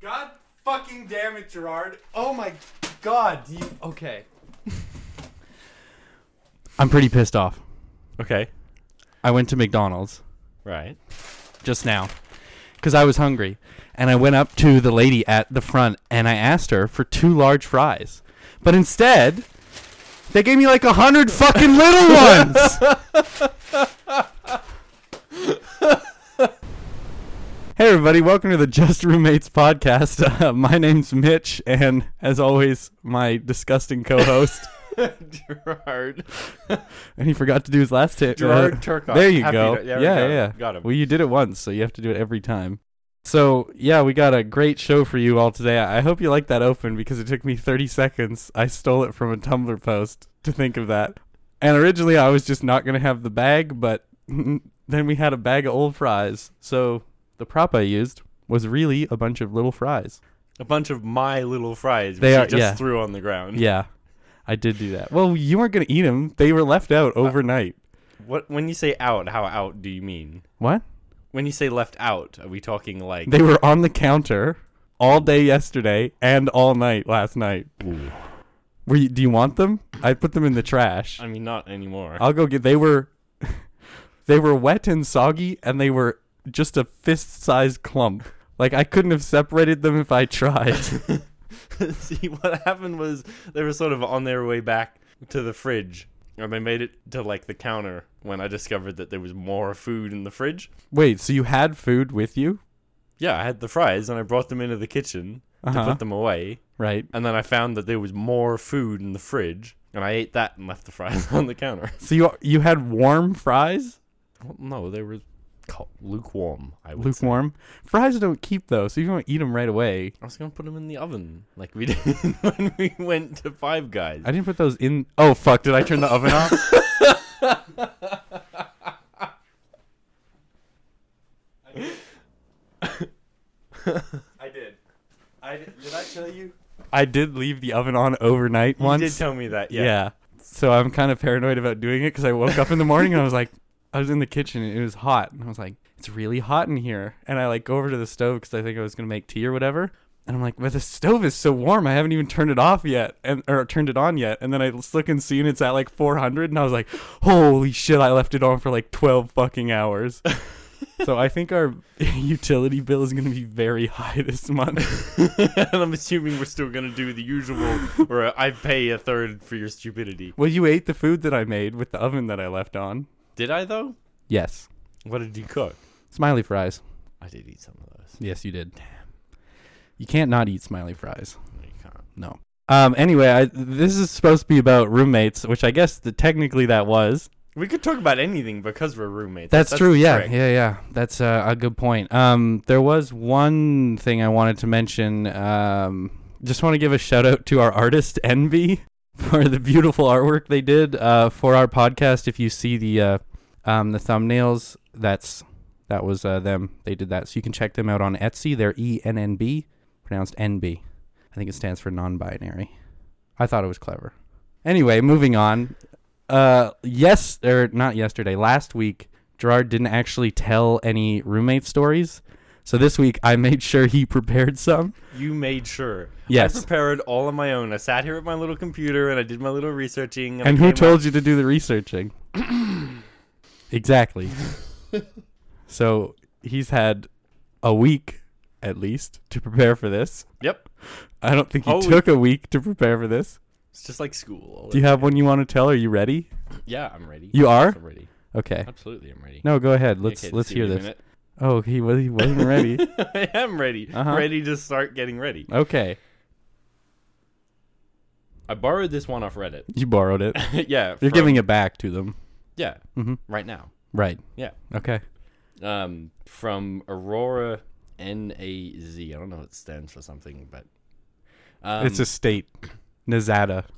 God fucking damn it, Gerard. Oh my god, do you okay. I'm pretty pissed off. Okay. I went to McDonald's Right. just now because I was hungry, and I went up to the lady at the front and I asked her for two large fries, but instead they gave me like a hundred fucking little ones. Hey everybody, welcome to the Just Roommates podcast. Uh, my name's Mitch, and as always, my disgusting co-host. Gerard. And he forgot to do his last uh, tip. Gerard Turcotte. There you After go. you- yeah, yeah, we yeah, got him. Got him. Well, you did it once, so you have to do it every time. So yeah, we got a great show for you all today. I I hope you like that open because it took me 30 seconds. I stole it from a Tumblr post to think of that. And originally, I was just not gonna have the bag, but then we had a bag of old fries. So the prop I used was really a bunch of little fries. A bunch of my little fries which They you are- just yeah. threw on the ground. Yeah, I did do that. Well, you weren't gonna eat them. They were left out overnight. What when you say out, how out do you mean? what? When you say left out, are we talking like They were on the counter all day yesterday and all night last night. Ooh. Were you, do you want them? I put them in the trash. I mean not anymore. I'll go get. They were, they were wet and soggy, and they were just a fist-sized clump. Like I couldn't have separated them if I tried. Uh, See what happened was they were sort of on their way back to the fridge. And they made it to like the counter when I discovered that there was more food in the fridge. Wait, so you had food with you, Yeah, I had the fries and I brought them into the kitchen to Uh-huh. put them away. right? And then I found that there was more food in the fridge. And I ate that and left the fries on the counter. So you you had warm fries, Well, no, they were co- lukewarm. I would say. lukewarm fries. Don't keep though, so you don't eat them right away. I was gonna put them in the oven, like we did when we went to Five Guys. I didn't put those in. Oh fuck! Did I turn the oven off? I did. I did, did I tell you? I did leave the oven on overnight once. You did tell me that, yeah. yeah. So I'm kind of paranoid about doing it because I woke up in the morning and I was like, I was in the kitchen and it was hot and I was like, it's really hot in here. And I like go over to the stove because I think I was gonna make tea or whatever. And I'm like, but the stove is so warm. I haven't even turned it off yet, and or turned it on yet. And then I just look and see, and it's at like 400. And I was like, holy shit! I left it on for like 12 fucking hours. so I think our utility bill is gonna be very high this month. and I'm assuming we're still gonna do the usual, where I pay a third for your stupidity. Well, you ate the food that I made with the oven that I left on. Did I though? Yes. What did you cook? Smiley fries. I did eat some of those. Yes, you did. You can't not eat smiley fries. No, you can't. No. Um, anyway, I, this is supposed to be about roommates, which I guess the, technically that was. We could talk about anything because we're roommates. That's, the true. Yeah, trick. yeah, yeah. That's uh, a good point. Um, there was one thing I wanted to mention. Um, just want to give a shout out to our artist Envy for the beautiful artwork they did uh, for our podcast. If you see the uh, um, the thumbnails, that's that was uh, them. They did that, so you can check them out on Etsy. They're E N N B, pronounced NB. I think it stands for non-binary. I thought it was clever. Anyway, moving on. Uh, yes, or not yesterday, last week, Gerard didn't actually tell any roommate stories. So this week, I made sure he prepared some. You made sure. Yes. I prepared all on my own. I sat here at my little computer and I did my little researching. And I who came up- told you to do the researching? exactly. so he's had a week, at least, to prepare for this. Yep. I don't think he Holy- took a week to prepare for this. It's just like school. Do you have one you want to tell? Are you ready? yeah, I'm ready. You are? I'm ready. Okay. Absolutely, I'm ready. No, go ahead. Let's Okay, let's just give hear me a this. Oh, he was he wasn't ready. minute. I am ready. Uh-huh. Ready to start getting ready. Okay, I borrowed this one off Reddit. you borrowed it. yeah. You're from- giving it back to them, Yeah. Mhm. Right now. right? Yeah. Okay. Um, from Aurora N A Z. I don't know what it stands for something, but um, it's a state, Nevada.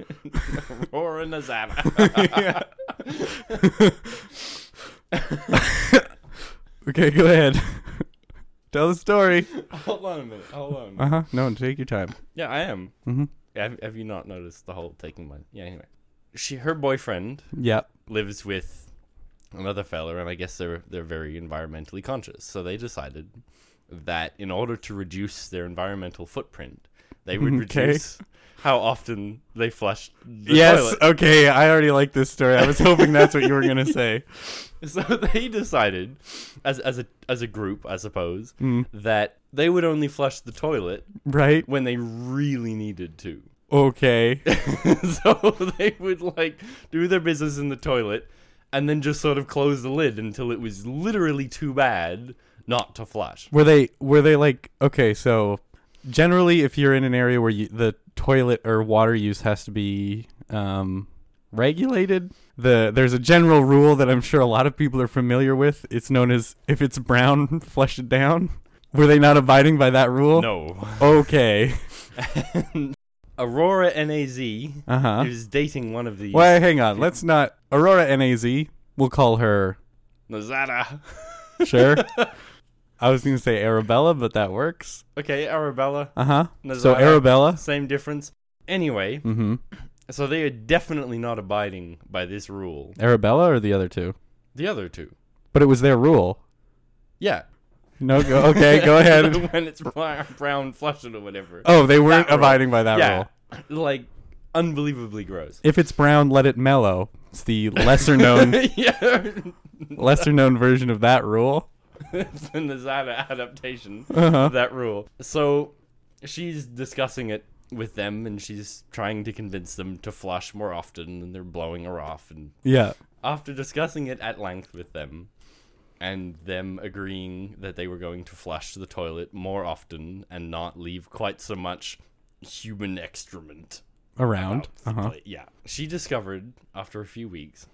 Uh-huh. Aurora Nazada. Okay, go ahead. Tell the story. Hold on a minute. Hold on. Uh huh. No, take your time. Yeah, I am. Mhm. Have, have you not noticed the whole taking money? Yeah. Anyway, she her boyfriend Yeah. lives with another fella, and I guess they're they're very environmentally conscious. So they decided that in order to reduce their environmental footprint, they would Okay. reduce how often they flushed the yes. toilet. Okay. I already like this story. I was hoping that's what you were gonna say. So they decided, as as a as a group, I suppose, Mm, that they would only flush the toilet right. when they really needed to. Okay. so they would like do their business in the toilet and then just sort of close the lid until it was literally too bad not to flush. Were they were they like okay, so generally if you're in an area where you, the toilet or water use has to be um regulated, the there's a general rule that I'm sure a lot of people are familiar with. It's known as if it's brown, flush it down. Were they not abiding by that rule? No. Okay. Aurora NAZ Uh-huh. is dating one of these. Well, hang on. Let's not Aurora NAZ. We'll call her Nazada. Sure. I was going to say Arabella, but that works. Okay, Arabella. Uh-huh. So Nazara. Arabella. Same difference. Anyway, Mhm. so they are definitely not abiding by this rule. Arabella or the other two? The other two. But it was their rule. Yeah. No, go, okay, go ahead. when it's brown, brown flush it or whatever. Oh, they weren't That rule. abiding by that yeah. rule. Like, unbelievably gross. If it's brown, let it mellow. It's the lesser known yeah. lesser known version of that rule. it's an Azada adaptation Uh-huh. of that rule. So she's discussing it with them and she's trying to convince them to flush more often and they're blowing her off and Yeah. after discussing it at length with them and them agreeing that they were going to flush the toilet more often and not leave quite so much human excrement Around. out the Uh-huh. pla- Yeah. She discovered after a few weeks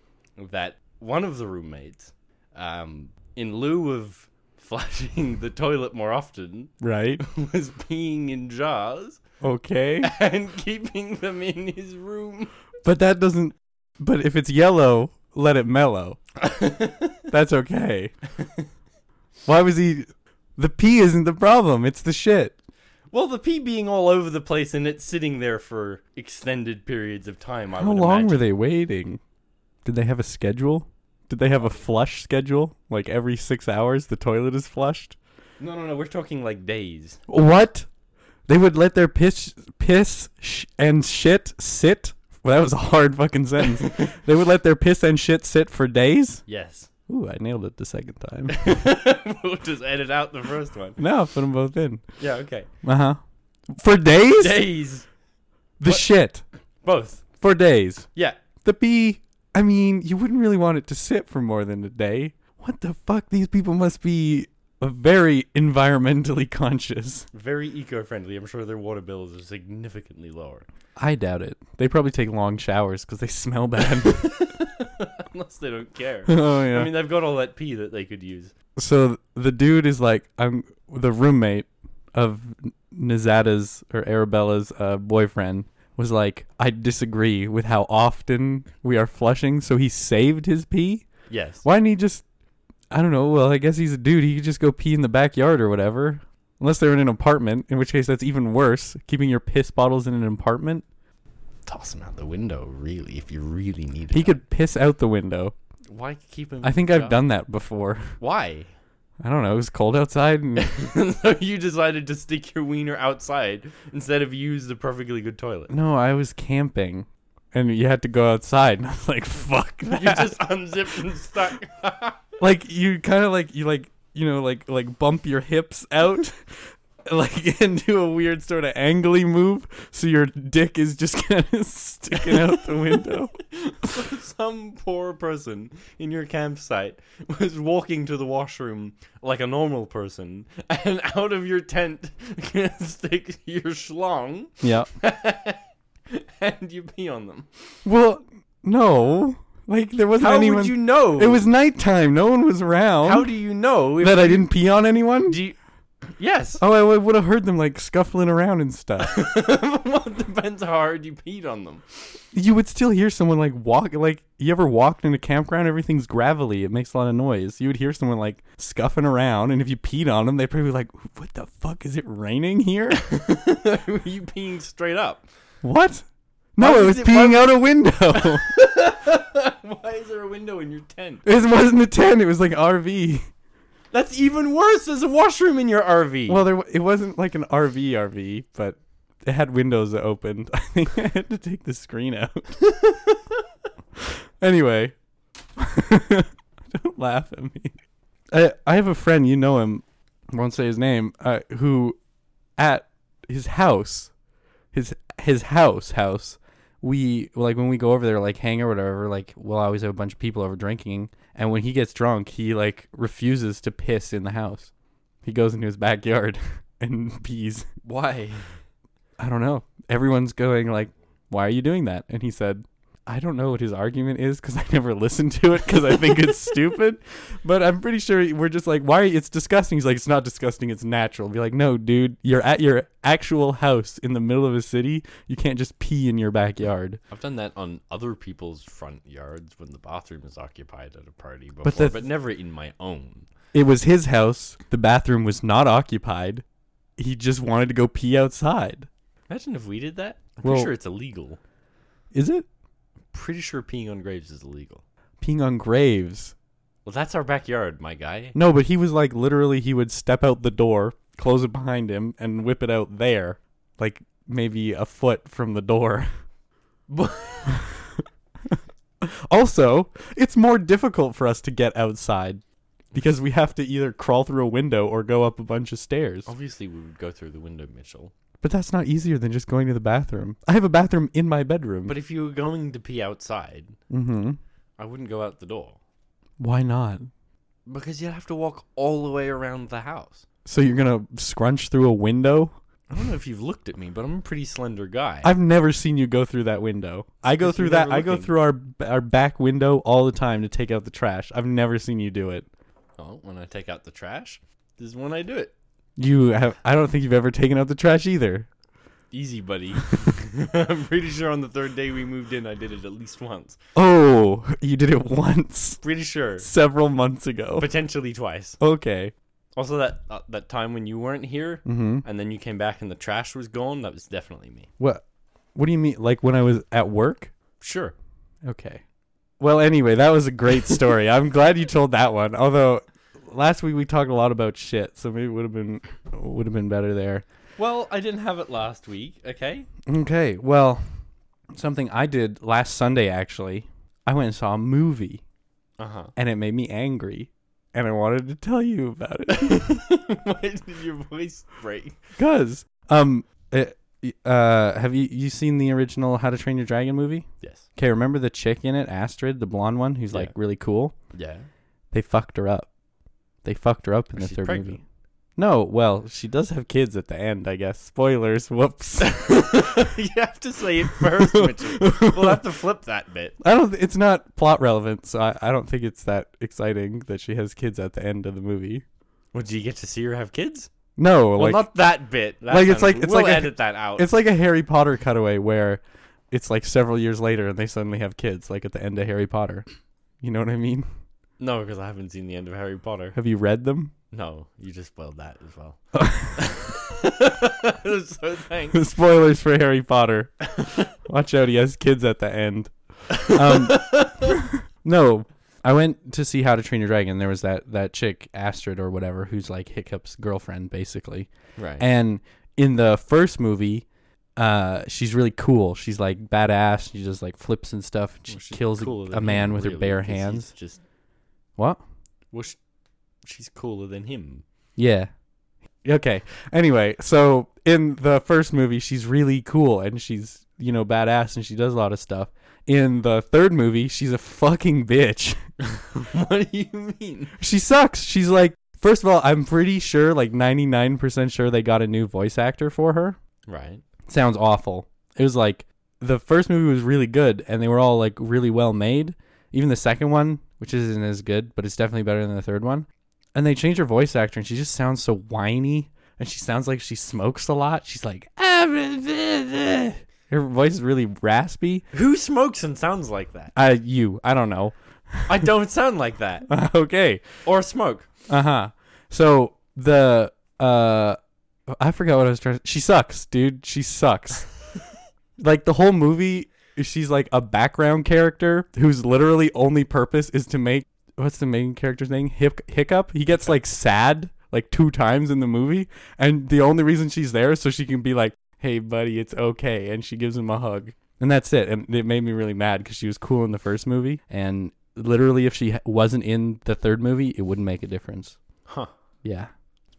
that one of the roommates, um, in lieu of flushing the toilet more often, Right. was peeing in jars Okay. and keeping them in his room. But that doesn't but if it's yellow, let it mellow. That's okay. Why was he the pee isn't the problem, it's the shit. Well, the pee being all over the place and it sitting there for extended periods of time. I How would long were imagine. they waiting? Did they have a schedule? Did they have a flush schedule? Like every six hours, the toilet is flushed. No, no, no. We're talking like days. What? They would let their piss, piss sh- and shit sit. Well, that was a hard fucking sentence. they would let their piss and shit sit for days. Yes. Ooh, I nailed it the second time. we'll just edit out the first one. no, put them both in. Yeah. Okay. Uh huh. For days, Days. the What? shit Both. for days. Yeah. The pee. I mean, you wouldn't really want it to sit for more than a day. What the fuck? These people must be very environmentally conscious. very eco-friendly. I'm sure their water bills are significantly lower, I doubt it. They probably take long showers because they smell bad. unless they don't care. oh yeah. I mean, they've got all that pee that they could use. so the dude is like, I'm the roommate of Nazada's or Arabella's uh, boyfriend was like, I disagree with how often we are flushing. So he saved his pee. Yes. Why didn't he just? I don't know. Well, I guess he's a dude. He could just go pee in the backyard or whatever. Unless they're in an apartment, in which case that's even worse. Keeping your piss bottles in an apartment, Toss them out the window, really, if you really need he could piss out the window. Why keep them? I think I've done that before. Why? I don't know. It was cold outside, and so you decided to stick your wiener outside instead of use the perfectly good toilet. no, I was camping, and you had to go outside. And I was like, "Fuck You that!" just unzipped and stuck. like you kind of like you like you know like like bump your hips out like and do a weird sort of angly move so your dick is just kind of sticking out the window Some poor person in your campsite was walking to the washroom like a normal person, and out of your tent sticks your schlong, yeah and you pee on them. well no like there wasn't How anyone would you know? it was nighttime no one was around How do you know? If that i didn't pee on anyone do you, yes. oh i, I would have heard them like scuffling around and stuff well, it depends how hard you peed on them. you would still hear someone like walk like you ever walked in a campground everything's gravelly it makes a lot of noise you would hear someone like scuffing around and if you peed on them they'd probably be like what the fuck is it raining here Were you peeing straight up? what No, Why it is was it- peeing why- out a window. Why is there a window in your tent? it wasn't a tent. It was like RV. That's even worse. There's a washroom in your RV. Well, there wa- it wasn't like an RV RV, but it had windows that opened. I think I had to take the screen out. anyway, don't laugh at me. I I have a friend, you know him, won't say his name, uh, who at his house, his his house house, we like when we go over there like hang or whatever, like we'll always have a bunch of people over drinking, and when he gets drunk, he like refuses to piss in the house he goes into his backyard and pees. why? I don't know. Everyone's going like, "Why are you doing that?" And he said, "I don't know what his argument is because I never listened to it because I think it's stupid." But I'm pretty sure we're just like, "Why? It's disgusting." He's like, "It's not disgusting. It's natural." Be like, "No, dude, you're at your actual house in the middle of a city. You can't just pee in your backyard." I've done that on other people's front yards when the bathroom is occupied at a party before, But but, the- never in my own. It was his house. The bathroom was not occupied. He just wanted to go pee outside. Imagine if we did that. I'm Well- pretty sure it's illegal. Is it Pretty sure peeing on graves is illegal. peeing on graves? Well, that's our backyard, my guy. No, but he was like literally he would step out the door, close it behind him, and whip it out there, like maybe a foot from the door. also, it's more difficult for us to get outside because we have to either crawl through a window or go up a bunch of stairs. Obviously, we would go through the window, Mitchell. But that's not easier than just going to the bathroom. I have a bathroom in my bedroom. But if you were going to pee outside, mm-hmm. I wouldn't go out the door Why not? because you'd have to walk all the way around the house. So you're gonna scrunch through a window? I don't know if you've looked at me, but I'm a pretty slender guy. I've never seen you go through that window. I go 'Cause through you're that. never I go looking. through our our back window all the time to take out the trash. I've never seen you do it. oh, when I take out the trash, this is when I do it. You have. I don't think you've ever taken out the trash either. Easy, buddy. I'm pretty sure on the third day we moved in, I did it at least once. Oh, you did it once, Pretty sure. several months ago. Potentially twice. Okay. Also, that uh, that time when you weren't here, Mm-hmm. and then you came back and the trash was gone, that was definitely me. What? What do you mean? Like when I was at work? Sure. Okay. Well, anyway, that was a great story. I'm glad you told that one. Although last week we talked a lot about shit, so maybe it would have been would have been better there. Well, I didn't have it last week. Okay. Okay, well, something I did last Sunday actually. I went and saw a movie, Uh huh. and it made me angry, and I wanted to tell you about it Why did your voice break? because um, it, uh, have you you seen the original How to Train Your Dragon movie? Yes. Okay, remember the chick in it, Astrid, the blonde one, who's like Yeah. really cool. Yeah. They fucked her up. They fucked her up in the She's third pregnant. movie. No, well, she does have kids at the end, I guess. Spoilers. Whoops. you have to say it first, Mitchell. We'll have to flip that bit. I don't. It's not plot relevant, so I, I don't think it's that exciting that she has kids at the end of the movie. Well, do you get to see her have kids? No, Well, like not that bit. That like, it's sounds- like- it's we'll like a- edit that out. it's like a Harry Potter cutaway where it's like several years later and they suddenly have kids, like at the end of Harry Potter. You know what I mean? No, because I haven't seen the end of Harry Potter. Have you read them? No, you just spoiled that as well. so thanks. Spoilers for Harry Potter. Watch out, he has kids at the end. Um, Um, no, I went to see How to Train Your Dragon. There was that that chick Astrid or whatever who's like Hiccup's girlfriend, basically. Right. And in the first movie, uh, she's really cool. She's like badass. She just like flips and stuff. And she kills a- a, man with her bare hands. Just What? well, sh- she's cooler than him. Yeah. Okay. Anyway, so in the first movie, she's really cool and she's you know badass and she does a lot of stuff. In the third movie, she's a fucking bitch. what do you mean? she sucks. She's like, first of all, I'm pretty sure, like 99% sure they got a new voice actor for her. Right. sounds awful. It was like the first movie was really good and they were all like really well made. Even the second one, which isn't as good, but it's definitely better than the third one. And they changed her voice actor and she just sounds so whiny and she sounds like she smokes a lot. She's like her voice is really raspy. Who smokes and sounds like that? Uh you, I don't know. I don't sound like that okay. or smoke. Uh-huh. So the uh I forgot what I was trying to She sucks, dude. She sucks. like the whole movie she's like a background character whose literally only purpose is to make what's the main character's name? Hic- Hiccup. He gets like sad like two times in the movie, and the only reason she's there is so she can be like, "Hey, buddy, it's okay," and she gives him a hug, and that's it. And it made me really mad because she was cool in the first movie, and literally, if she ha- wasn't in the third movie, it wouldn't make a difference. Huh. Yeah,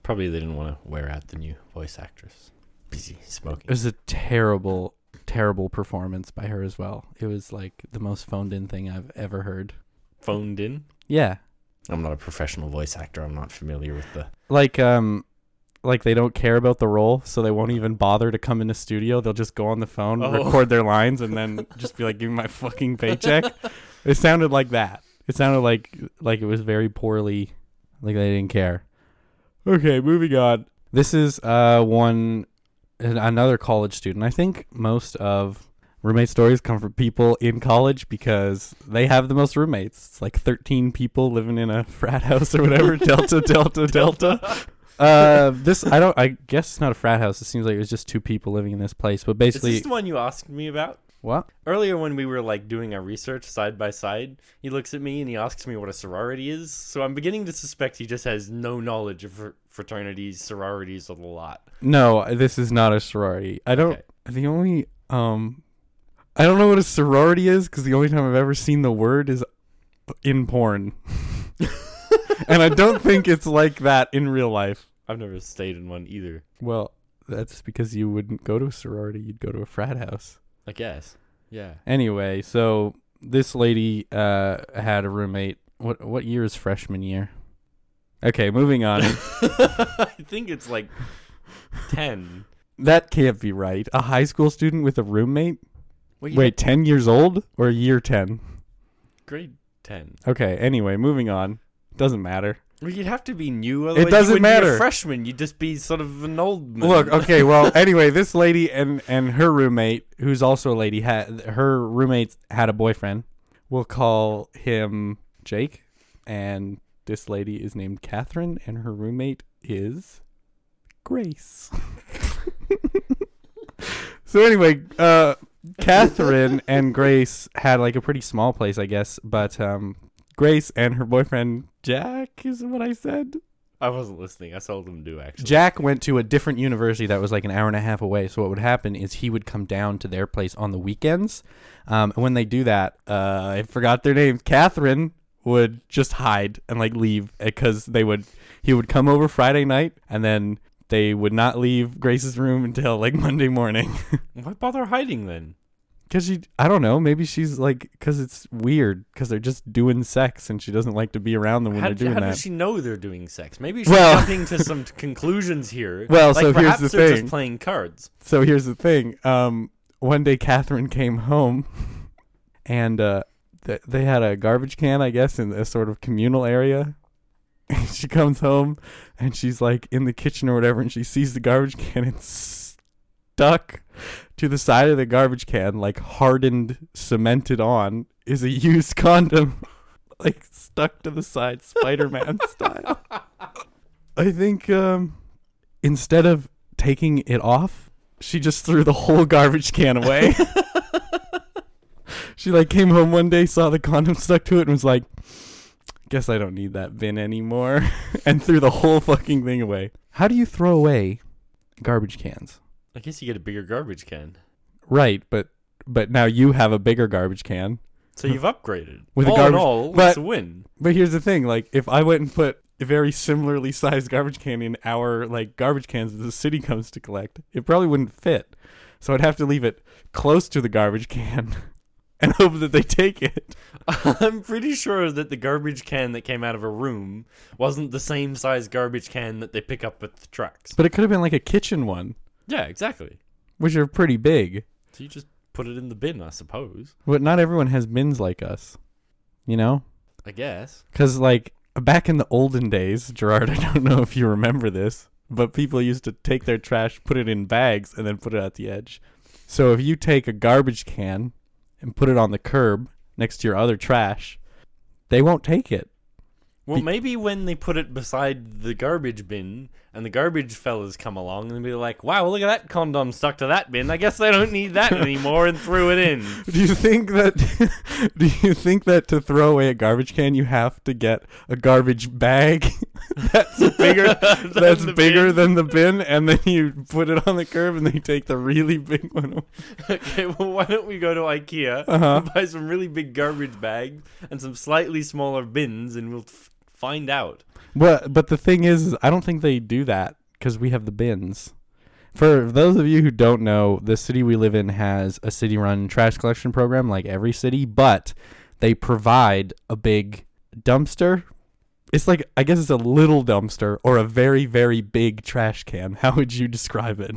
Probably they didn't want to wear out the new voice actress. Busy it smoking. was a terrible. Terrible performance by her as well. It was like the most phoned in thing I've ever heard. Phoned in. Yeah. I'm not a professional voice actor. I'm not familiar with the. Like um like they don't care about the role, so they won't even bother to come in the studio. They'll just go on the phone, Oh. record their lines and then just be like give me my fucking paycheck. It sounded like that. It sounded like like it was very poorly like they didn't care. Okay, moving on. This is uh one an- another college student. I think most of roommate stories come from people in college because they have the most roommates. It's like 13 people living in a frat house or whatever. delta, delta, delta. Uh, this I don't. I guess it's not a frat house. It seems like it was just two people living in this place. But Is basically, this the one you asked me about? what? Earlier, when we were like doing our research side by side, he looks at me and he asks me what a sorority is. So I'm beginning to suspect he just has no knowledge of fr- fraternities, sororities, or the lot. No, this is not a sorority. I don't. Okay. The only um, I don't know what a sorority is because the only time I've ever seen the word is in porn, and I don't think it's like that in real life. I've never stayed in one either. Well, that's because you wouldn't go to a sorority, you'd go to a frat house. I guess. Yeah. Anyway, so this lady uh had a roommate. What what year is freshman year? Okay, moving on. I think it's like 10. that can't be right. A high school student with a roommate? Wait, Wait, 10 years old or year 10? grade 10. Okay, anyway, moving on. Doesn't matter. Well, you'd have to be new. It doesn't you wouldn't be a matter. freshman, you'd just be sort of an old man. Look, okay, well, anyway, this lady and and her roommate, who's also a lady, had her roommate had a boyfriend. We'll call him Jake, and this lady is named Catherine, and her roommate is Grace. so anyway, uh, Catherine and Grace had like a pretty small place, I guess, but um, Grace and her boyfriend Jack is what I said. I wasn't listening. I seldom do, actually. Jack went to a different university that was like an hour and a half away. So what would happen is he would come down to their place on the weekends. Um, and when they do that, uh, I forgot their name. Catherine would just hide and like leave because they would. He would come over Friday night and then they would not leave Grace's room until like Monday morning. Why bother hiding then? Cause she, I don't know. Maybe she's like, cause it's weird. Cause they're just doing sex and she doesn't like to be around them when how they're d- doing how that. does she know they're doing sex? Maybe she's Well- jumping to some t- conclusions here. Well, like so here's perhaps the they're thing. just playing cards. So here's the thing. Um, one day Catherine came home, and uh, th- they had a garbage can, I guess, in a sort of communal area. And she comes home, and she's like in the kitchen or whatever, and she sees the garbage can and stuck to the side of the garbage can, like hardened, cemented on, is a used condom, like stuck to the side, Spider-Man style. I think um, instead of taking it off, she just threw the whole garbage can away. she like came home one day, saw the condom stuck to it, and was like, "Guess I don't need that bin anymore," and threw the whole fucking thing away. How do you throw away garbage cans? I guess you get a bigger garbage can. Right, but but now you have a bigger garbage can. So you've upgraded. With a all in garbage- all, but- it's a win. But here's the thing, like if I went and put a very similarly sized garbage can in our like garbage cans that the city comes to collect, it probably wouldn't fit. So I'd have to leave it close to the garbage can and hope that they take it. I'm pretty sure that the garbage can that came out of a room wasn't the same size garbage can that they pick up at the trucks. But it could have been like a kitchen one, Yeah, exactly. which are pretty big. So you just put it in the bin, I suppose. But not everyone has bins like us. You know? I guess. Cuz like back in the olden days, Gerard, I don't know if you remember this, but people used to take their trash, put it in bags and then put it at the edge. So if you take a garbage can and put it on the curb next to your other trash, they won't take it. Well, Be- maybe when they put it beside the garbage bin and the garbage fellas come along and be like, wow, look at that condom stuck to that bin. I guess they don't need that anymore and threw it in. Do you think that? do you think that to throw away a garbage can, you have to get a garbage bag that's bigger Than that's the bigger bin. than the bin, and then you put it on the curb, and they take the really big one. away? Okay, well, why don't we go to Ikea, Uh-huh. buy some really big garbage bags and some slightly smaller bins, and we'll f- find out. But but the thing is, is I don't think they do that because we have the bins. For those of you who don't know, the city we live in has a city-run trash collection program, like every city, but they provide a big dumpster. It's like I guess it's a little dumpster or a very very big trash can. How would you describe it?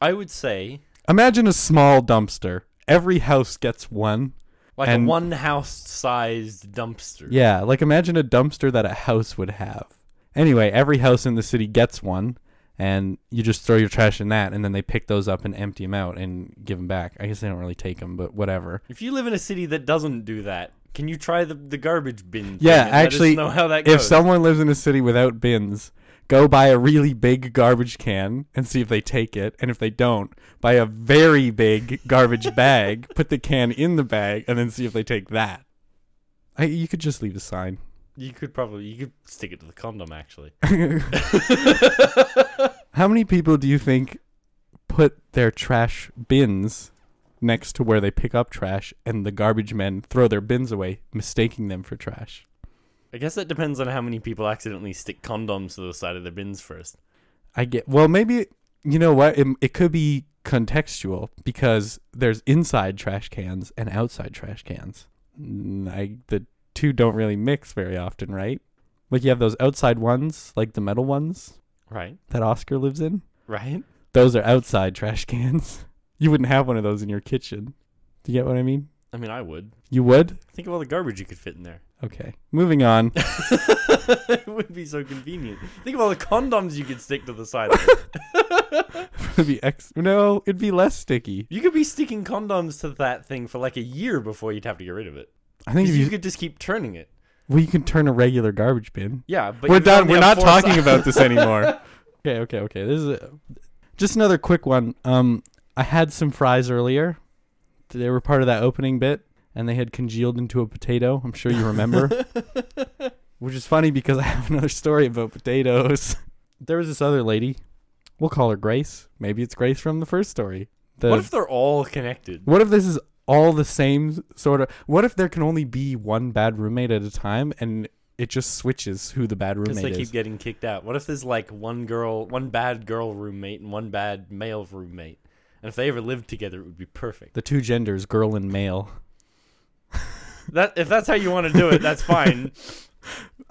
I would say, Imagine a small dumpster. Every house gets one. like And- a one house sized dumpster. Yeah, like imagine a dumpster that a house would have. Anyway, every house in the city gets one, and you just throw your trash in that, and then they pick those up and empty them out and give them back. I guess they don't really take them, but whatever. If you live in a city that doesn't do that, can you try the, the garbage bin? thing Yeah, and actually, let us know how that If goes. someone lives in a city without bins, go buy a really big garbage can and see if they take it, and if they don't, buy a very big garbage bag, put the can in the bag, and then see if they take that. I, you could just leave a sign. you could probably you could stick it to the condom. Actually, How many people do you think put their trash bins next to where they pick up trash and the garbage men throw their bins away, mistaking them for trash? I guess that depends on how many people accidentally stick condoms to the side of the bins first. I get, well, maybe, you know what? It, it could be contextual because there's inside trash cans and outside trash cans. Mm, I, the two don't really mix very often, right? Like you have those outside ones, like the metal ones Right, that Oscar lives in. right. those are outside trash cans. You wouldn't have one of those in your kitchen. Do you get what I mean? I mean, I would You would? think of all the garbage you could fit in there. Okay. Moving on. it would be so convenient. Think of all the condoms you could stick to the side. of it. it'd be ex- no, it'd be less sticky. you could be sticking condoms to that thing for like a year before you'd have to get rid of it. I think 'Cause if You you, could just keep turning it. well, you can turn a regular garbage bin. Yeah, but We're you done. only We're not have four talking sides. about this anymore. okay, okay, okay. This is a, just another quick one. Um, I had some fries earlier. They were part of that opening bit, and they had congealed into a potato. I'm sure you remember. Which is funny because I have another story about potatoes. There was this other lady. We'll call her Grace. Maybe it's Grace from the first story. The- What if they're all connected? what if this is all the same sort of? What if there can only be one bad roommate at a time, and it just switches who the bad Because roommate they is? keep getting kicked out. What if there's like one girl, one bad girl roommate, and one bad male roommate? And if they ever lived together, it would be perfect. the two genders, girl and male. That if that's how you want to do it, that's fine.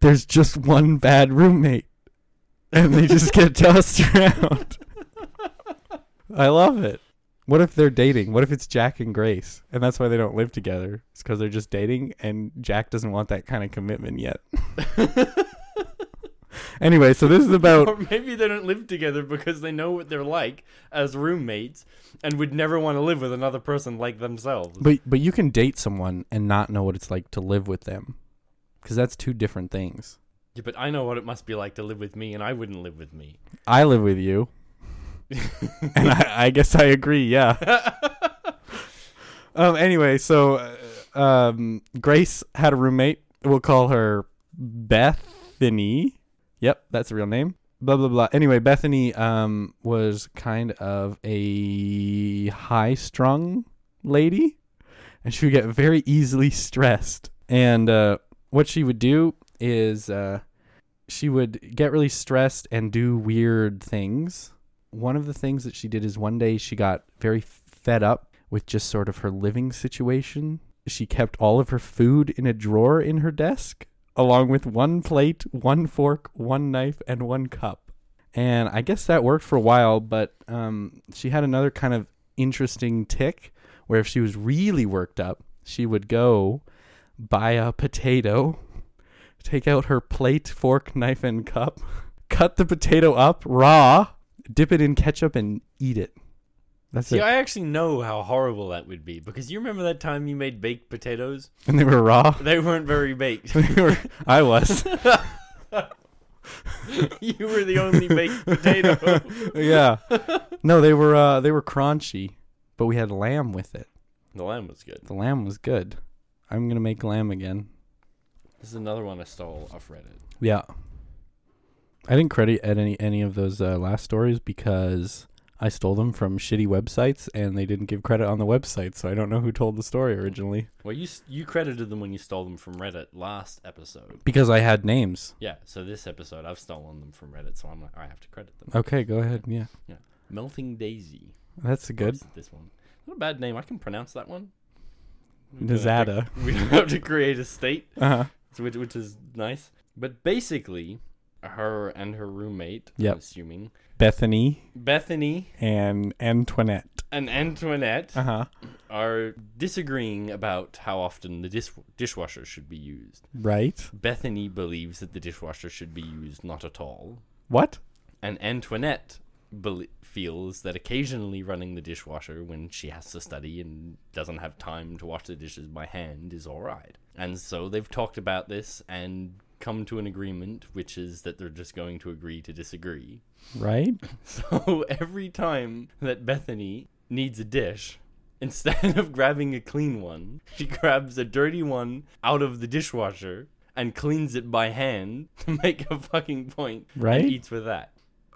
There's just one bad roommate, and they just get tossed around. I love it. What if they're dating? What if it's Jack and Grace, and that's why they don't live together? It's because they're just dating, and Jack doesn't want that kind of commitment yet. anyway, so this is about or maybe they don't live together because they know what they're like as roommates and would never want to live with another person like themselves. But but you can date someone and not know what it's like to live with them, because that's two different things. Yeah, but I know what it must be like to live with me, and I wouldn't live with me. I live with you, and I, I guess I agree. Yeah. um. Anyway, so uh, um, Grace had a roommate. We'll call her Bethany. Yep, that's the real name. Blah blah blah. Anyway, Bethany um was kind of a high strung lady, and she would get very easily stressed. And uh, what she would do is uh, she would get really stressed and do weird things. One of the things that she did is one day she got very fed up with just sort of her living situation. She kept all of her food in a drawer in her desk, along with one plate, one fork, one knife, and one cup. And I guess that worked for a while, but um, she had another kind of interesting tick where if she was really worked up, she would go buy a potato, take out her plate, fork, knife, and cup, cut the potato up raw, dip it in ketchup, and eat it. That's See, it. I actually know how horrible that would be because you remember that time you made baked potatoes? and they were raw. They weren't very baked. They were- I was. you were the only baked potato. yeah. No, they were uh, they were crunchy, but we had lamb with it. The lamb was good. The lamb was good. I'm gonna make lamb again. This is another one I stole off Reddit. Yeah. I didn't credit at any any of those uh, last stories because I stole them from shitty websites and they didn't give credit on the website, so I don't know who told the story originally. Well, you s- you credited them when you stole them from Reddit last episode. Because I had names. Yeah, so this episode I've stolen them from Reddit, so I'm like, I have to credit them. Okay, go ahead. Yeah, Melting Daisy. that's a good. That's This one. Not a bad name. I can pronounce that one. We don't have to- Nazada. We don't have to create a state, Uh-huh. which, which is nice. But basically, her and her roommate, Yep. I'm assuming, Bethany Bethany and Antoinette. and Antoinette Uh huh. are disagreeing about how often the dis- dishwasher should be used. Right. Bethany believes that the dishwasher should be used not at all, What? and Antoinette bel- feels that occasionally running the dishwasher when she has to study and doesn't have time to wash the dishes by hand is all right. And so they've talked about this and come to an agreement, which is that they're just going to agree to disagree. Right. So every time that Bethany needs a dish, instead of grabbing a clean one, she grabs a dirty one out of the dishwasher and cleans it by hand to make a fucking point Right? and eats with that.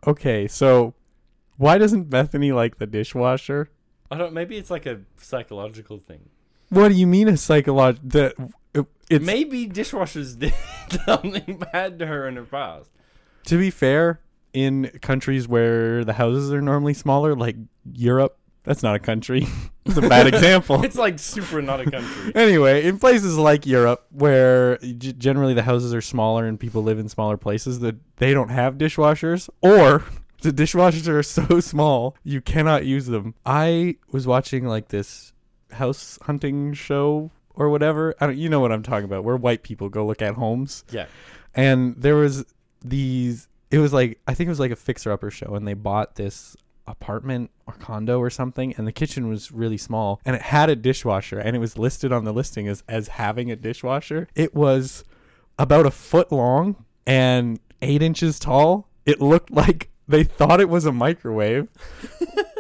Okay. So, why doesn't Bethany like the dishwasher? I don't maybe it's like a psychological thing. What do you mean a psychological? The it's maybe dishwashers did something bad to her in her past. to be fair in countries where the houses are normally smaller, like Europe. That's not a country. it's a bad example. It's like super not a country. Anyway, in places like Europe, where g- generally the houses are smaller and people live in smaller places, that they don't have dishwashers, or the dishwashers are so small you cannot use them. I was watching like this house hunting show or whatever. I don't, you know what I'm talking about, where white people go look at homes, yeah. and there was these. It was like I think it was like a fixer upper show, and they bought this apartment or condo or something and the kitchen was really small and it had a dishwasher and it was listed on the listing as as having a dishwasher it was about a foot long and eight inches tall it looked like they thought it was a microwave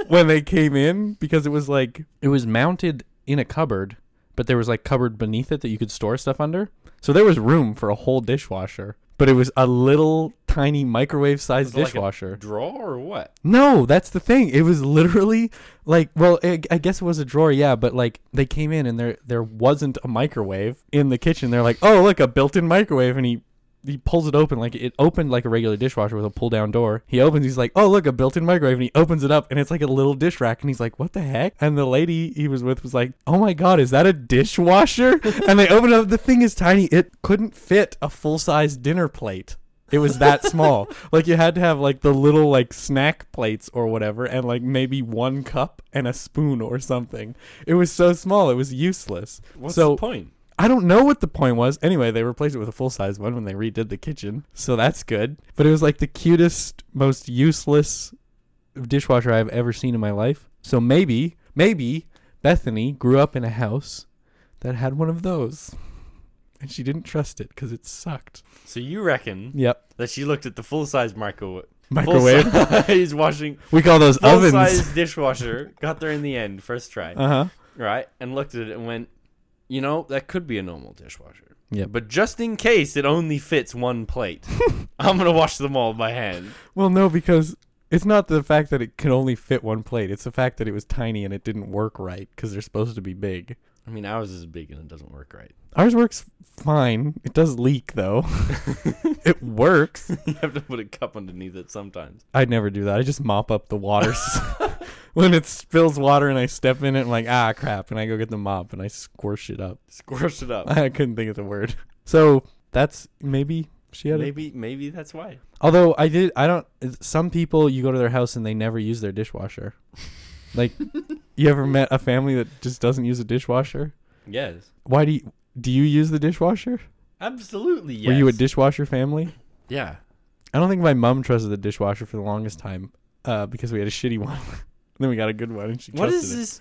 when they came in because it was like it was mounted in a cupboard but there was like cupboard beneath it that you could store stuff under so there was room for a whole dishwasher but it was a little tiny microwave sized Was it like a dishwasher Draw or what? no, that's the thing. It was literally like, well, I, I guess it was a drawer, yeah, but like they came in and there there wasn't a microwave in the kitchen. They're like, oh, look, a built-in microwave, and he he pulls it open like it opened like a regular dishwasher with a pull-down door. He opens, he's like, oh, look, a built-in microwave, and he opens it up, and it's like a little dish rack, and he's like, what the heck? And the lady he was with was like, oh my god, is that a dishwasher? and they open up. The thing is tiny. It couldn't fit a full-size dinner plate. It was that small. like you had to have like the little like snack plates or whatever and like maybe one cup and a spoon or something. It was so small, it was useless. What's so the point? I don't know what the point was. Anyway, they replaced it with a full size one when they redid the kitchen. So that's good. But it was like the cutest, most useless dishwasher I've ever seen in my life. So maybe, maybe Bethany grew up in a house that had one of those. And she didn't trust it because it sucked. So you reckon Yep. that she looked at the full size microwave Microwave. He's washing We call those full ovens. size dishwasher. Got there in the end, first try, Uh huh. right? And looked at it and went, you know, that could be a normal dishwasher. Yeah. But just in case it only fits one plate, I'm gonna wash them all by hand. Well, no, because it's not the fact that it can only fit one plate. It's the fact that it was tiny and it didn't work right because they're supposed to be big. I mean, ours is big and it doesn't work right. Ours works fine. It does leak though. it works. you have to put a cup underneath it sometimes. I'd never do that. I just mop up the water s- when it spills water and I step in it. I'm like, ah, crap, and I go get the mop and I squish it up. Squish it up. I couldn't think of the word. So that's maybe she had. it. Maybe, maybe that's why. Although I did, I don't. Some people you go to their house and they never use their dishwasher. Like, you ever met a family that just doesn't use a dishwasher? Yes, Why do you do you use the dishwasher? absolutely. Yes. Were you a dishwasher family? Yeah. I don't think my mum trusted the dishwasher for the longest time uh, because we had a shitty one. then we got a good one. And she What is trusted it. this?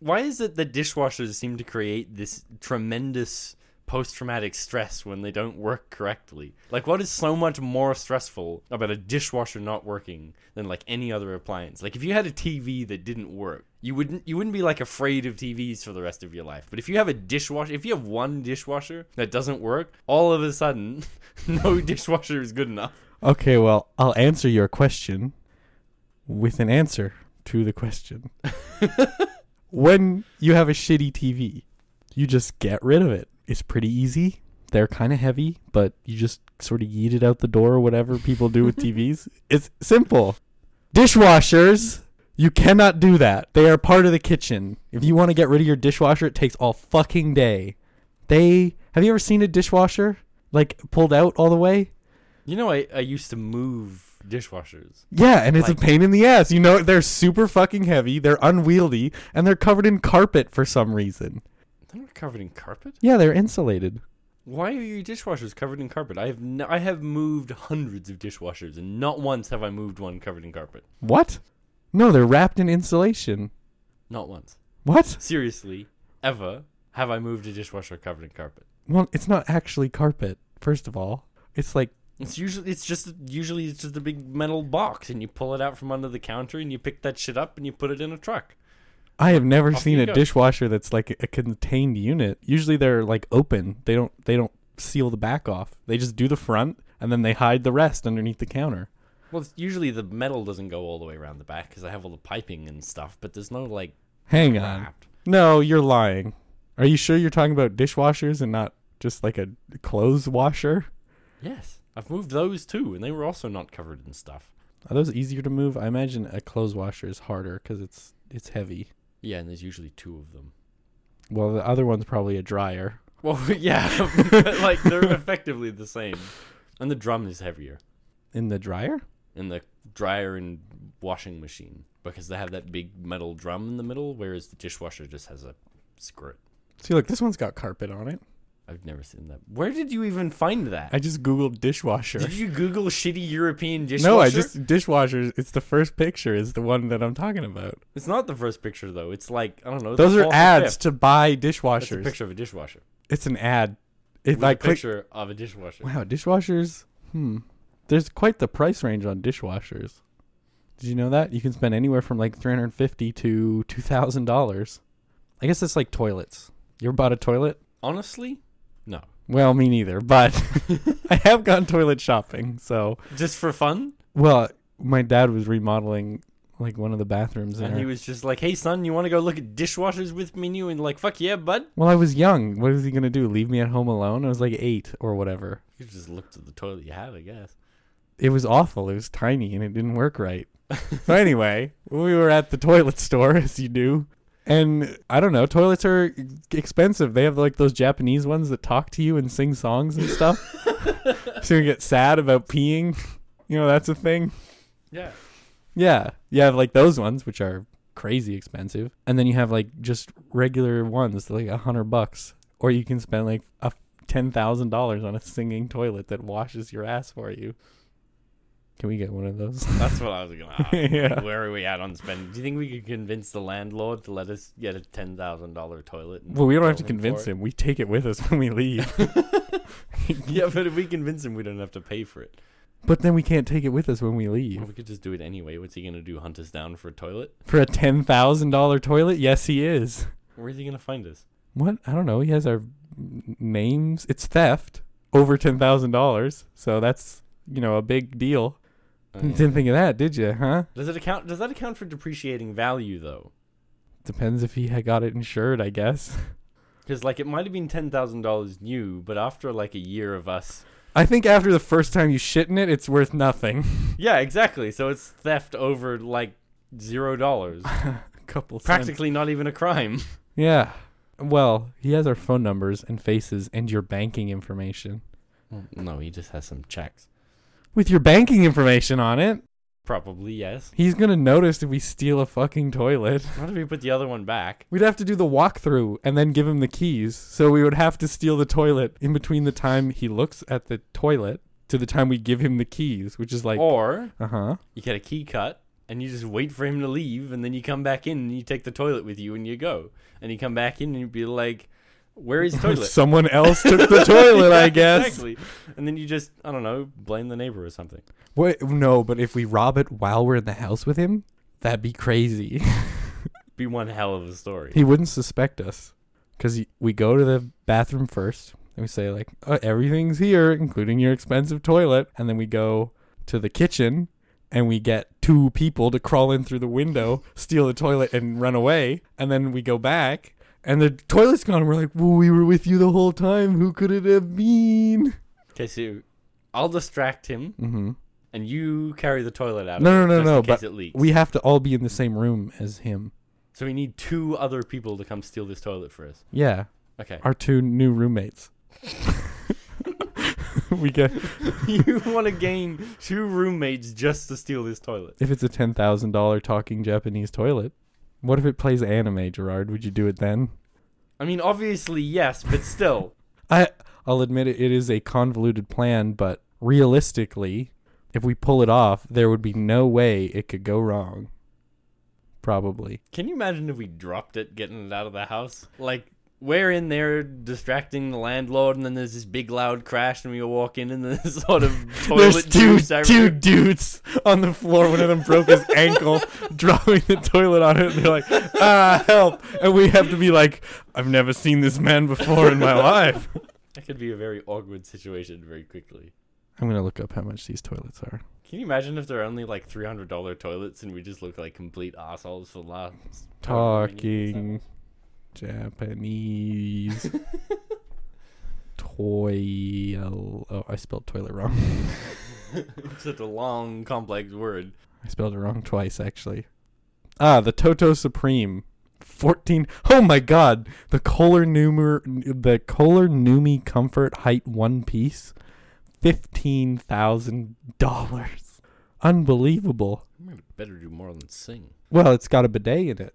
Why is it that dishwashers seem to create this tremendous post traumatic stress when they don't work correctly? Like, what is so much more stressful about a dishwasher not working than like any other appliance? Like, if you had a TV that didn't work, you wouldn't you wouldn't be like afraid of TVs for the rest of your life. But if you have a dishwasher, if you have one dishwasher that doesn't work, all of a sudden, no dishwasher is good enough. Okay, well, I'll answer your question with an answer to the question. when you have a shitty TV, you just get rid of it. It's pretty easy. They're kind of heavy, but you just sort of yeet it out the door or whatever people do with TVs. It's simple. Dishwashers, you cannot do that. They are part of the kitchen. If you want to get rid of your dishwasher, it takes all fucking day. They have you ever seen a dishwasher like pulled out all the way? You know, I, I used to move dishwashers. Yeah, and it's Like- a pain in the ass. You know, they're super fucking heavy, they're unwieldy, and they're covered in carpet for some reason. They were covered in carpet. Yeah, they're insulated. Why are your dishwashers covered in carpet? I have n I have moved hundreds of dishwashers, and not once have I moved one covered in carpet. What? No, they're wrapped in insulation. Not once. What? Seriously, ever have I moved a dishwasher covered in carpet? Well, it's not actually carpet, first of all. It's like, It's usually it's just usually it's just a big metal box, and you pull it out from under the counter, and you pick that shit up, and you put it in a truck. I have never Off seen you a go. dishwasher that's like a contained unit. Usually they're like open. They don't they don't seal the back off. They just do the front and then they hide the rest underneath the counter. Well, it's usually the metal doesn't go all the way around the back because I have all the piping and stuff, but there's no like Hang on. wrapped. No, you're lying. Are you sure you're talking about dishwashers and not just like a clothes washer? Yes, I've moved those too, and they were also not covered in stuff. Are those easier to move? I imagine a clothes washer is harder because it's it's heavy. Yeah, and there's usually two of them. Well, the other one's probably a dryer. Well, yeah, but, like they're effectively the same, and the drum is heavier, In the dryer? and the dryer and washing machine because they have that big metal drum in the middle, whereas the dishwasher just has a skirt. See, look, this one's got carpet on it. I've never seen that. Where did you even find that? I just googled dishwasher. Did you Google shitty European dishwasher? No, I just dishwashers. It's the first picture. Is the one that I'm talking about. It's not the first picture though. It's like I don't know. the Those are fourth or ads fifth. to buy That's a dishwashers. picture of a dishwasher. It's an ad. If With I a click, picture of a dishwasher. Wow, dishwashers. Hmm. There's quite the price range on dishwashers. Did you know that? You can spend anywhere from like 350 to $2,000. I guess it's like toilets. You ever bought a toilet? Honestly, no. Well, me neither, but I have gone toilet shopping. So, Just for fun, well, my dad was remodeling like one of the bathrooms in and our- he was just like, "Hey, son, you want to go look at dishwashers with me?" And you and like, "Fuck yeah, bud." Well, I was young. What was he going to do? Leave me at home alone? I was like 8 or whatever. You just looked at the toilet you had, I guess. it was awful. It was tiny and it didn't work right. so anyway, we were at the toilet store as you do. And I don't know, toilets are e-, expensive. They have like those Japanese ones that talk to you and sing songs and stuff. so you get sad about peeing. You know, that's a thing. Yeah. Yeah. You have like those ones which are crazy expensive. And then you have like just regular ones like a hundred bucks. Or you can spend like a ten thousand dollars on a singing toilet that washes your ass for you. Can we get one of those? That's what I was going to ask. yeah. Where are we at on spending? Do you think we could convince the landlord to let us get a $10,000 toilet? and Well, we don't have to bill him convince for it? him. We take it with us when we leave. yeah, but if we convince him, we don't have to pay for it. But then we can't take it with us when we Well, leave. we could just do it anyway. What's he going to do? Hunt us down for a toilet? For a ten thousand dollar toilet? Yes he is. Where's he going to find us? What? I don't know. He has our n- names. It's theft over ten thousand dollars. So that's you know a big deal. Oh, You yeah. Didn't think of that, did you? Huh? Does it account? Does that account for depreciating value though? Depends if he had got it insured, I guess. Because like it might have been ten thousand dollars new, but after like a year of us, I think after the first time you shit in it, it's worth nothing. yeah, exactly. So it's theft over like zero dollars. Couple cents. Practically not even a crime. Yeah. Well, he has our phone numbers and faces and your banking information. No, he just has some checks. With your banking information on it, Probably yes. he's gonna notice if we steal a fucking toilet. What if we put the other one back? We'd have to do the walkthrough and then give him the keys. So we would have to steal the toilet in between the time he looks at Oh. the toilet to the time we give him the keys, which is like, or uh huh. you get a key cut and you just wait for him to leave, and then you come back in and you take the toilet with you and you go, and you come back in and you be like, "Where is toilet?" Someone else took the toilet, I Yeah, guess. Exactly. And then you just, I don't know, blame the neighbor or something. Wait, no, but if we rob it while we're in the house with him, that'd be crazy. Be one hell of a story. he wouldn't suspect us because we go to the bathroom first and we say like uh everything's here including your expensive toilet and then we go to the kitchen and we get two people to crawl in through the window steal the toilet and run away and then we go back and the toilet's gone we're like well we were with you the whole time who could it have been Okay, so I'll distract him, mm-hmm. and you carry the toilet out. No, of no, no, it, just no, In case but it leaks. we have to all be in the same room as him so we need two other people to come steal this toilet for us. yeah Okay. our two new roommates we get you want to gain two roommates just to steal this toilet? If it's a ten thousand dollar talking Japanese toilet, what if it plays anime, Gerard? Would you do it then? I mean, obviously yes, but still, I I'll admit it, it is a convoluted plan, but realistically, if we pull it off, there would be no way it could go wrong. Probably. can you imagine if we dropped it, getting it out of the house? Like we're in there distracting the landlord, and then there's this big loud crash, and we walk in, and there's sort of toilet There's two juice two everywhere. dudes on the floor. One of them broke his ankle dropping the toilet on it. They're like, ah, help! And we have to be like, I've never seen this man before in my life. That could be a very awkward situation very quickly. I'm gonna look up how much these toilets are. Can you imagine if they're only like three hundred dollar toilets and we just look like complete assholes for the last however Talking many Japanese minutes that was? toilet. Oh, I spelled toilet wrong. it's such a long, complex word. I spelled it wrong twice, actually. Ah, the Toto Supreme. 14. Oh my god! The Kohler Numer. The Kohler Numi Comfort Height One Piece. $15,000. Unbelievable. I'm gonna better do more than sing. Well, it's got a bidet in it.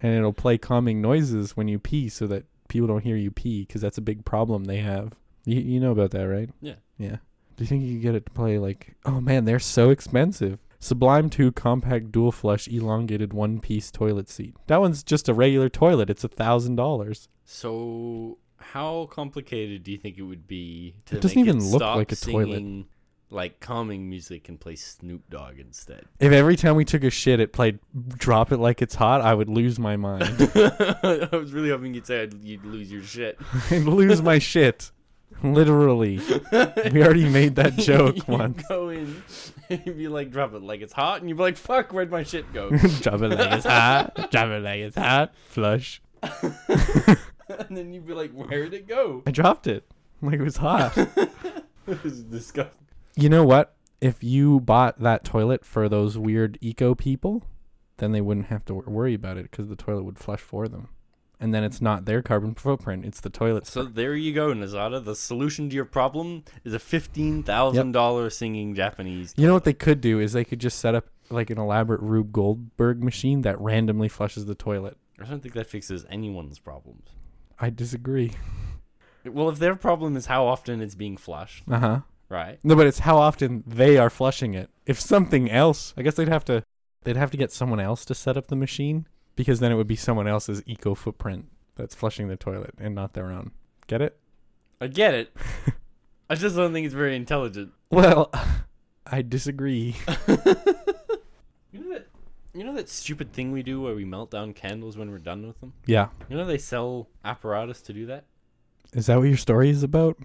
and it'll play calming noises when you pee so that people don't hear you pee because that's a big problem they have. You, you know about that, right? Yeah. Yeah. Do you think you could get it to play like, oh man, they're so expensive? Sublime 2 compact dual flush elongated one piece toilet seat. That one's just a regular toilet. It's a thousand dollars. So, how complicated do you think it would be to It doesn't make even look stop like a toilet. singing, Like calming music and play Snoop Dogg instead. If every time we took a shit it played drop it like it's hot, I would lose my mind. I was really hoping you'd say I'd- you'd lose your shit. I'd lose my shit. Literally. We already made that joke You once. Go in, and you'd be like, drop it like it's hot, and you'd be like, fuck, where'd my shit go? drop it like it's hot. Drop it like it's hot. Flush. and then you'd be like, where'd it go? I dropped it. Like it was hot. This is disgusting. you know what? If you bought that toilet for those weird eco people, then they wouldn't have to wor- worry about it because the toilet would flush for them. And then it's not their carbon footprint; it's the toilet's. So there you go, Nazada. The solution to your problem is a fifteen thousand dollar singing Japanese. you know what they could do is they could just set up like an elaborate Rube Goldberg machine that randomly flushes the toilet. I don't think that fixes anyone's problems. I disagree. Well, if their problem is how often it's being flushed, Uh huh. right? No, but it's how often they are flushing it. If something else, I guess they'd have to they'd have to get someone else to set up the machine because then it would be someone else's eco footprint that's flushing the toilet and not their own. Get it? I get it. I just don't think it's very intelligent. Well, I disagree. You know that you know that stupid thing we do where we melt down candles when we're done with them? Yeah. You know they sell apparatus to do that? Is that what your story is about?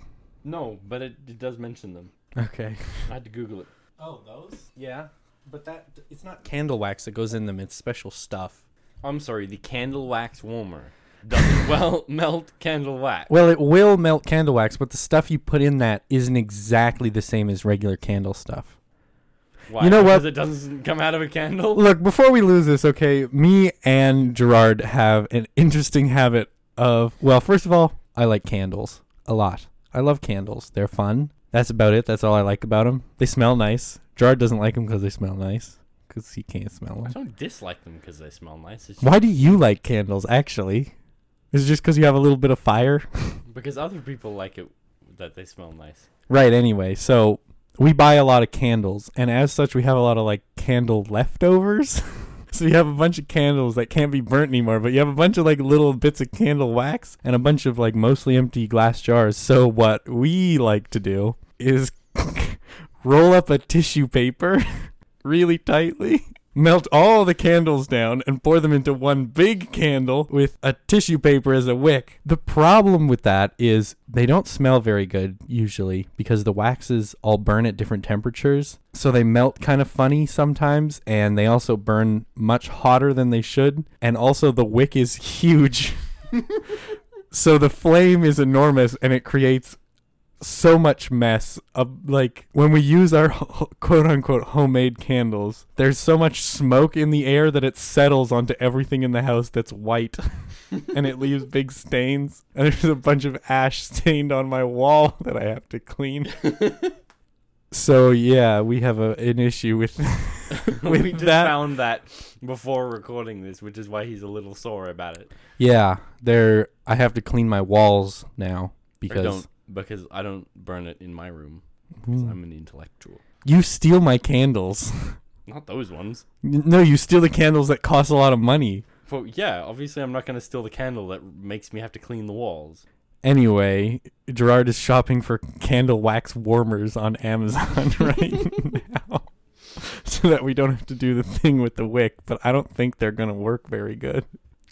No, but it, it does mention them. Okay. I had to Google it. Oh, those? Yeah. But that it's not candle wax that goes in them, it's special stuff. I'm sorry, the candle wax warmer doesn't well melt candle wax. Well, it will melt candle wax, but the stuff you put in that isn't exactly the same as regular candle stuff. Why? You know what? Because it doesn't come out of a candle. Look, before we lose this, okay, me and Gerard have an interesting habit of, well, first of all, I like candles a lot. I love candles. They're fun. That's about it. That's all I like about them. They smell nice. Gerard doesn't like them because they smell nice because he can't smell I them. don't dislike them because they smell nice. It's just Why do you like candles, actually? Is it just because you have a little bit of fire? because other people like it that they smell nice. right, anyway. So we buy a lot of candles, and as such, we have a lot of like candle leftovers. so you have a bunch of candles that can't be burnt anymore, but you have a bunch of like little bits of candle wax and a bunch of like mostly empty glass jars. So what we like to do is roll up a tissue paper really tightly. Melt all the candles down and pour them into one big candle with a tissue paper as a wick. The problem with that is they don't smell very good usually because the waxes all burn at different temperatures. So they melt kind of funny sometimes and they also burn much hotter than they should. And also the wick is huge. so the flame is enormous and it creates so much mess of like when we use our ho- quote unquote homemade candles there's so much smoke in the air that it settles onto everything in the house that's white and it leaves big stains and there's a bunch of ash stained on my wall that i have to clean so yeah we have a, an issue with With we just that- found that before recording this, which is why he's a little sore about it. yeah there i have to clean my walls now I because don't because I don't burn it in my room. 'cause Mm. I'm an intellectual. you steal my candles Not those ones. N- no you steal the candles that cost a lot of money Well, yeah, obviously I'm not going to steal the candle that makes me have to clean the walls. Anyway, Gerard is shopping for candle wax warmers on Amazon right now so that we don't have to do the thing with the wick, but I don't think they're going to work very good.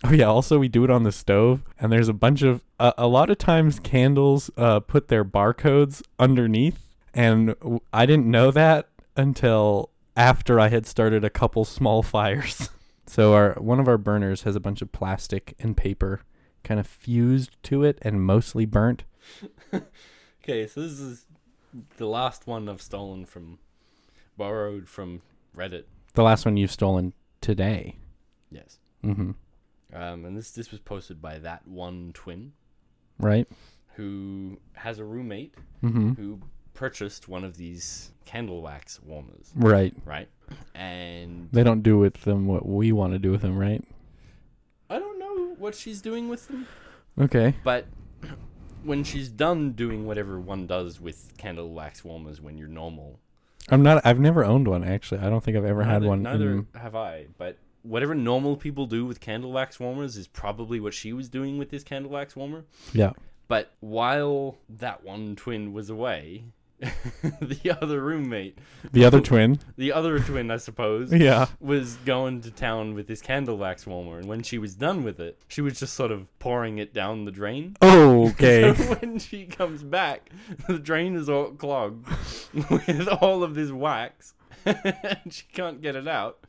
Oh yeah, also we do it on the stove and there's a bunch of uh, a lot of times candles uh put their barcodes underneath and w- I didn't know that until after I had started a couple small fires. So our one of our burners has a bunch of plastic and paper kind of fused to it and mostly burnt. Okay, so this is the last one I've stolen from, borrowed from Reddit. The last one you've stolen today. Yes. Mm-hmm. Um, and this this was posted by that one twin Right? who has a roommate Mm-hmm. who purchased one of these candle wax warmers, Right. right? And They don't do with them what we want to do with them, right? I don't know what she's doing with them, Okay. but when she's done doing whatever one does with candle wax warmers when you're normal, I'm not I've never owned one actually. I don't think I've ever had neither, one. Neither in- have I, but whatever normal people do with candle wax warmers is probably what she was doing with this candle wax warmer. yeah. But while that one twin was away, the other roommate, The other twin. the other twin, I suppose, Yeah. was going to town with this candle wax warmer. And when she was done with it, she was just sort of pouring it down the drain. So Okay. when she comes back, the drain is all clogged with all of this wax, and she can't get it out.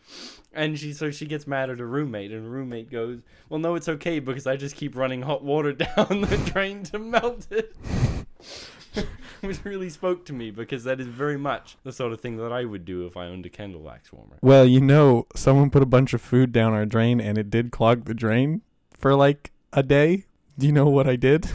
And she so she gets mad at her roommate, and her roommate goes, "Well, no, it's okay because I just keep running hot water down the drain to melt it." Which really spoke to me because that is very much the sort of thing that I would do if I owned a candle wax warmer. well, you know, someone put a bunch of food down our drain and it did clog the drain for like a day. Do you know what I did?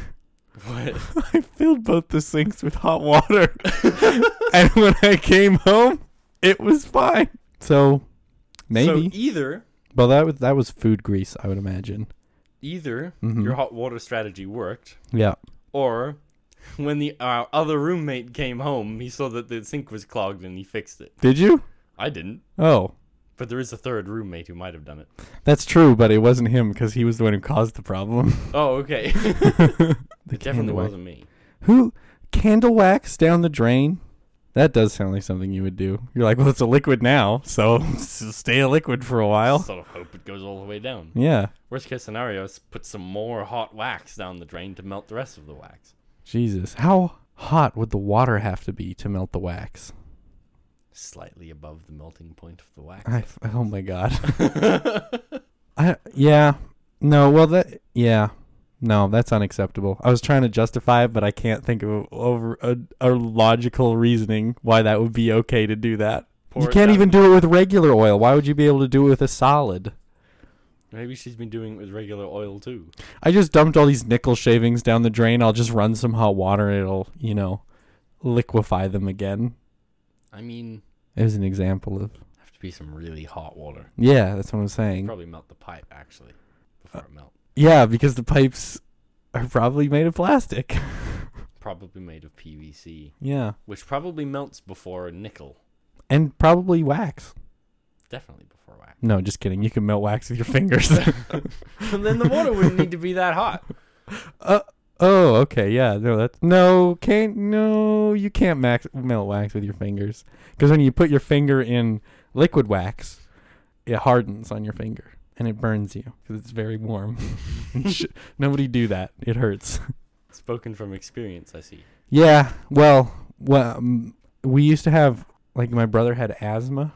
What? I filled both the sinks with hot water. and when I came home, it was fine. So e- maybe. So either well, that was that was food grease, I would imagine. either Mhm. your hot water strategy worked, Yeah. Or when the our other roommate came home, he saw that the sink was clogged and he fixed it. Did you? I didn't, Oh, but there is a third roommate who might have done it. that's true, but it wasn't him because he was the one who caused the problem. Oh, okay. The it definitely candle wax. wasn't me. Who candle wax down the drain? That does sound like something you would do. You're like, well, it's a liquid now, so stay a liquid for a while. Sort of hope it goes all the way down. Yeah. Worst case scenario is put some more hot wax down the drain to melt the rest of the wax. Jesus, how hot would the water have to be to melt the wax? Slightly above the melting point of the wax. I f oh my god. I yeah. No, well that yeah. No, that's unacceptable. I was trying to justify it, but I can't think of a, over a, a logical reasoning why that would be okay to do that. Pour you it can't down- even do it with regular oil. Why would you be able to do it with a solid? Maybe she's been doing it with regular oil too. I just dumped all these nickel shavings down the drain. I'll just run some hot water and it'll, you know, liquefy them again. I mean, As an example of have to be some really hot water. Yeah, that's what I'm saying. Probably melt the pipe actually before it melts. Yeah, because the pipes are probably made of plastic. probably made of PVC, yeah. which probably melts before nickel. And probably wax. definitely before wax. No, just kidding. You can melt wax with your fingers. and then the water wouldn't need to be that hot. uh, oh, okay. Yeah. No, that's no. Can't. No, you can't max, melt wax with your fingers because when you put your finger in liquid wax, it hardens on your finger and it burns you because it's very warm. Sh- Nobody do that. It hurts. Spoken from experience, I see. Yeah. Well, well, um, we used to have like my brother had asthma.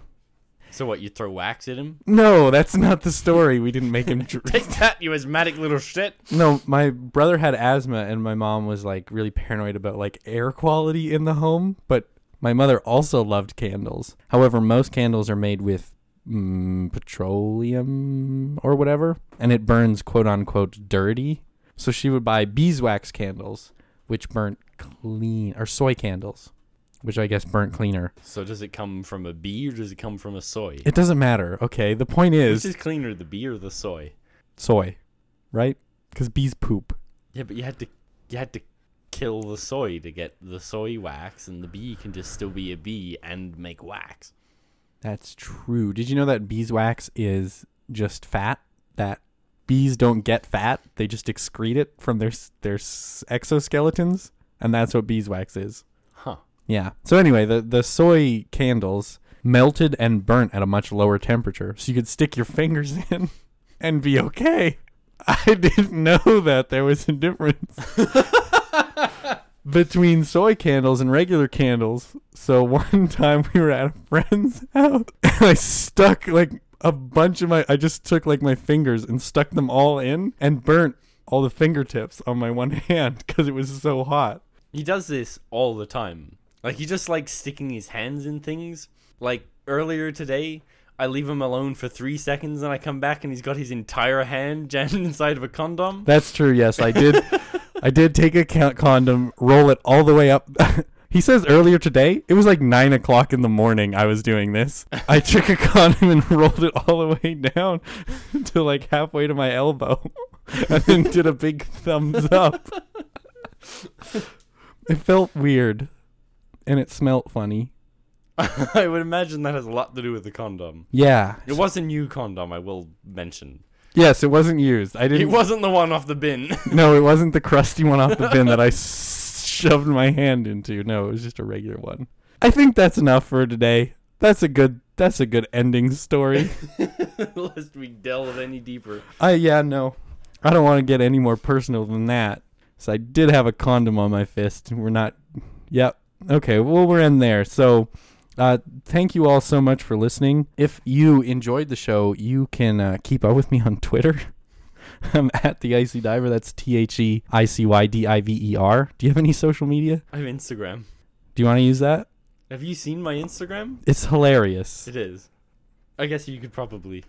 So what? You throw wax at him? No, that's not the story. We didn't make him drink. Take that, you asthmatic little shit. No, my brother had asthma, and my mom was like really paranoid about like air quality in the home. But my mother also loved candles. However, most candles are made with mm, petroleum or whatever, and it burns quote unquote dirty. So she would buy beeswax candles, which burnt clean, or soy candles, which I guess burnt cleaner. So does it come from a bee or does it come from a soy? It doesn't matter. Okay, the point Which is is cleaner, the bee or the soy? soy, right? Because bees poop. Yeah, but you had to you had to kill the soy to get the soy wax, and the bee can just still be a bee and make wax. That's true. Did you know that beeswax is just fat? That bees don't get fat; they just excrete it from their s- their s- exoskeletons, and that's what beeswax is. Huh. Yeah. So anyway, the the soy candles melted and burnt at a much lower temperature, so you could stick your fingers in and be okay. I didn't know that there was a difference between soy candles and regular candles. So one time we were at a friend's house and I stuck like a bunch of my I just took like my fingers and stuck them all in and burnt all the fingertips on my one hand because it was so hot. He does this all the time. Like he just likes sticking his hands in things. Like earlier today, I leave him alone for three seconds and I come back and he's got his entire hand jammed inside of a condom. That's true. Yes, I did. I did take a con- condom, roll it all the way up. he says earlier today it was like nine o'clock in the morning. I was doing this. I took a condom and rolled it all the way down to like halfway to my elbow, and then did a big thumbs up. it felt weird, and it smelt funny. I would imagine that has a lot to do with the condom. Yeah. It was a new condom, I will mention. Yes, it wasn't used. I didn't. It wasn't the one off the bin. No, it wasn't the crusty one off the bin that I s- shoved my hand into. No, it was just a regular one. I think that's enough for today. That's a good. That's a good ending story. Lest we delve any deeper. I yeah no, I don't want to get any more personal than that. So I did have a condom on my fist. We're not. Yep. Okay. Well, we're in there. So. Uh, thank you all so much for listening. If you enjoyed the show, you can uh, keep up with me on Twitter. I'm at the Icy Diver. That's T H E I C Y D I V E R. Do you have any social media? I have Instagram. Do you want to use that? Have you seen my Instagram? It's hilarious. It is. I guess you could probably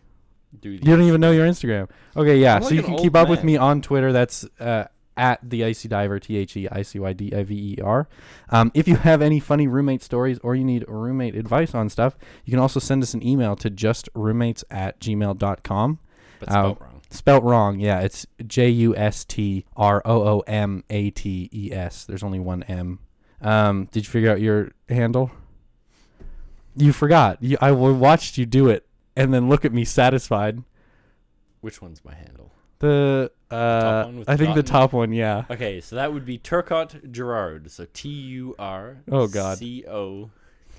do the You don't even know your Instagram. Okay, yeah. I'm so like you an can old keep up with man. me on Twitter. That's uh, at the icy diver. T H E I C Y D I V E R. Um, if you have any funny roommate stories or you need roommate advice on stuff, you can also send us an email to justruommates at gmail.com. but Oh. spelled wrong. Spelt wrong. Yeah, it's J U S T R O O M A T E S. There's only one M. Um, did you figure out your handle? You forgot. You, I w- watched you do it and then look at me satisfied. Which one's my handle? The uh, top one with I the think the dot in it? top one, yeah. Okay, so that would be Turcotte Gerard. So T U R Oh, God. C O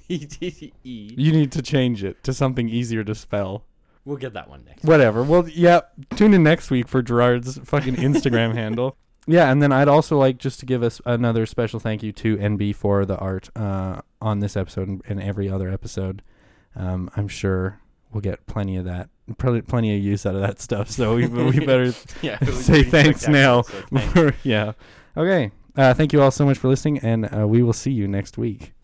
T T E. You need to change it to something easier to spell. We'll get that one next. Whatever. Well, yeah. Tune in next week for Gerard's fucking Instagram handle. Yeah, and then I'd also like just to give us another special thank you to NB for the art uh, on this episode and, and every other episode. Um, I'm sure we'll get plenty of that, probably plenty of use out of that stuff. So we, we better Yeah. it was Say pretty thanks now. spectacular, so thanks. yeah. Okay. Uh, thank you all so much for listening, and uh, we will see you next week.